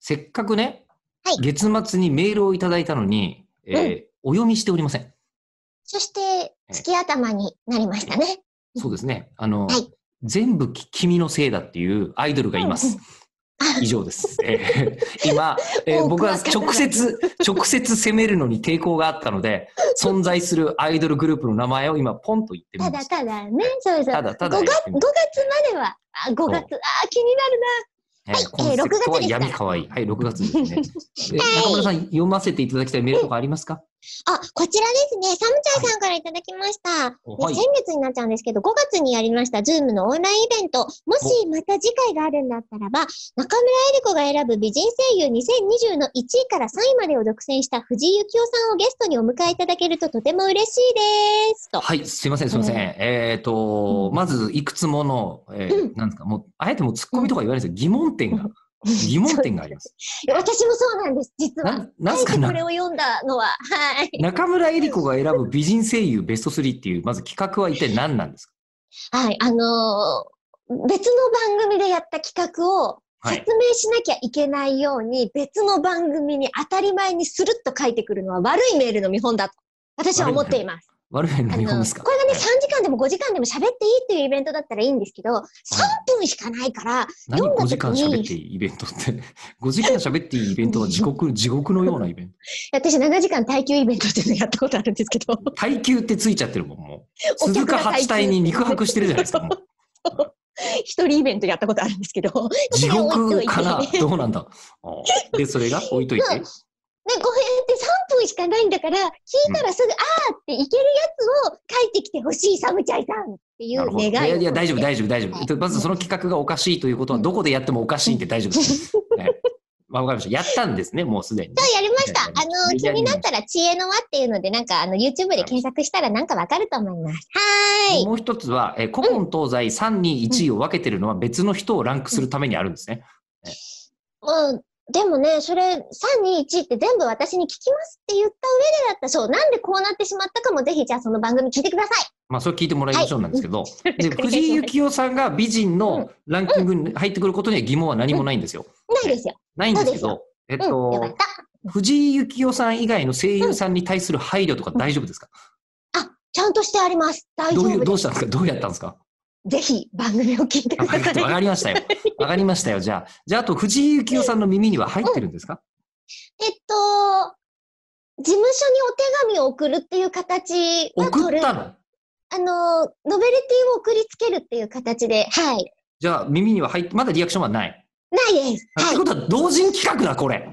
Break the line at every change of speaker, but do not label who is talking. せっかくね、
はい
月末にメールをいただいたのに、えーお読みしておりません。
そして、月頭になりましたね。
そうですね。あの、
はい
全部き君のせいだっていうアイドルがいます。以上です。えー 今、えー
多
僕
く
は
は語らない
直接、直接責めるのに抵抗があったので、存在するアイドルグループの名前を今、ポンと言ってみ
た
ま
だ
した。
ただね、そうそう。
ただただ
5
やっ
月
て
,5
み
月
た
までは、あ5月、あー気になる
え
はい
ーコンセプトは闇かわいい。はい、6月ですね。え
はい
中村さん、読ませていただきたいメールとかありますか
な。あ、こちらですね、サムチャイさんからいただきました。
は
で
い
先。月になっちゃうんですけど、5月にやりました、ズームのオンラインイベント、もしまた次回があるんだったらば、中村江里子が選ぶ美人声優2020の1位から3位までを独占した藤井幸雄さんをゲストにお迎えいただけるととても嬉しいです。と。
はい、すいません、すいません。
うん
えっ、と、まず、いくつもの、えーなんですか、もう、あえてもう突っ込みとか言わないですよ。疑問点が、疑問点があります。
いや私もそうなんです、実は。
ななん
あ
す
え
か
て
な
これを読んだのは、はい。
中村江里子が選ぶ美人声優ベスト3っていう、まず企画は一体何なんですか
はい、あのー別の番組でやった企画を
はい
説明しなきゃいけないように、別の番組に当たり前にスルッと書いてくるのは悪いメールの見本だと。私は思っています。
悪いの
あ
日
の
本ですか
これがね、
はい
3時間でも5時間でも喋っていいっていうイベントだったらいいんですけど、3分しかないから、
何
読んだ
5時間
時に
喋っていいイベントって。5時間喋っていいイベントは地獄、地獄のようなイベン
私7時間耐久イベントっていうのやったことあるんですけど、
ト。耐久ってついちゃってるもん、もう。
お
鈴
客
鹿
が耐久
八体に肉薄してるじゃないですか、もう。
一人イベントやったことあるんですけど、
地獄か
それは
な
置いといて
どうなんだあーで、それが置いといて。
ね、ごめんって3分しかないんだから、聞いたらすぐ、あーっていけるやつを書いてきてほしい、サムチャイさんってい
な
う
るほど
願いを。
いやいや、大丈夫、大丈夫、大丈
はい
夫。まずその企画がおかしいということは、どこでやってもおかしいんで大丈夫 です。ねまあ、わかりました。やったんですね、もうすでにね。
そうやりました。あ
いやいやい
の、
や
気
いや
になったら、知恵の輪っていうので、なんか、あの、YouTube で検索したらなんかわかると思います。はーい。
もう一つは、えー古今東西3、2、1位を分けてるのは別の人をランクするためにあるんですね。
うん。でもね、それ、3、2、1って全部私に聞きますって言った上でだった。そう、なんでこうなってしまったかも、ぜひ、じゃあその番組聞いてください。
まあ、それ聞いてもらいましょうなんですけど、 で
お願いします
藤井幸雄さんが美人のランキングに入ってくることには疑問は何もないんですよ。
ないですよ。
ないんですけ
そう
ど、えっ
うん。よかっ
と、
た。
藤井幸雄さん以外の声優さんに対する配慮とか大丈夫ですか
あ、ちゃんとしてあります。大丈
どう
夫
い
で
う、
す。
どうしたんですかどうやったんですか
ぜひ、番組を聞いて
わ
く
か
ださい。
わかりましたよ。わかりましたよ。じゃあ、じゃあ、あと藤井幸雄さんの耳には入ってるんですか、
えっと、事務所にお手紙を送るっていう形は
送
取
っ
る。
た
あ
の
の、ノベルティを送りつけるっていう形で、はい。
じゃあ、耳には入って、まだリアクションはない。
ないです。
っ
は
て
い
こ。とは、同人企画だ、これ。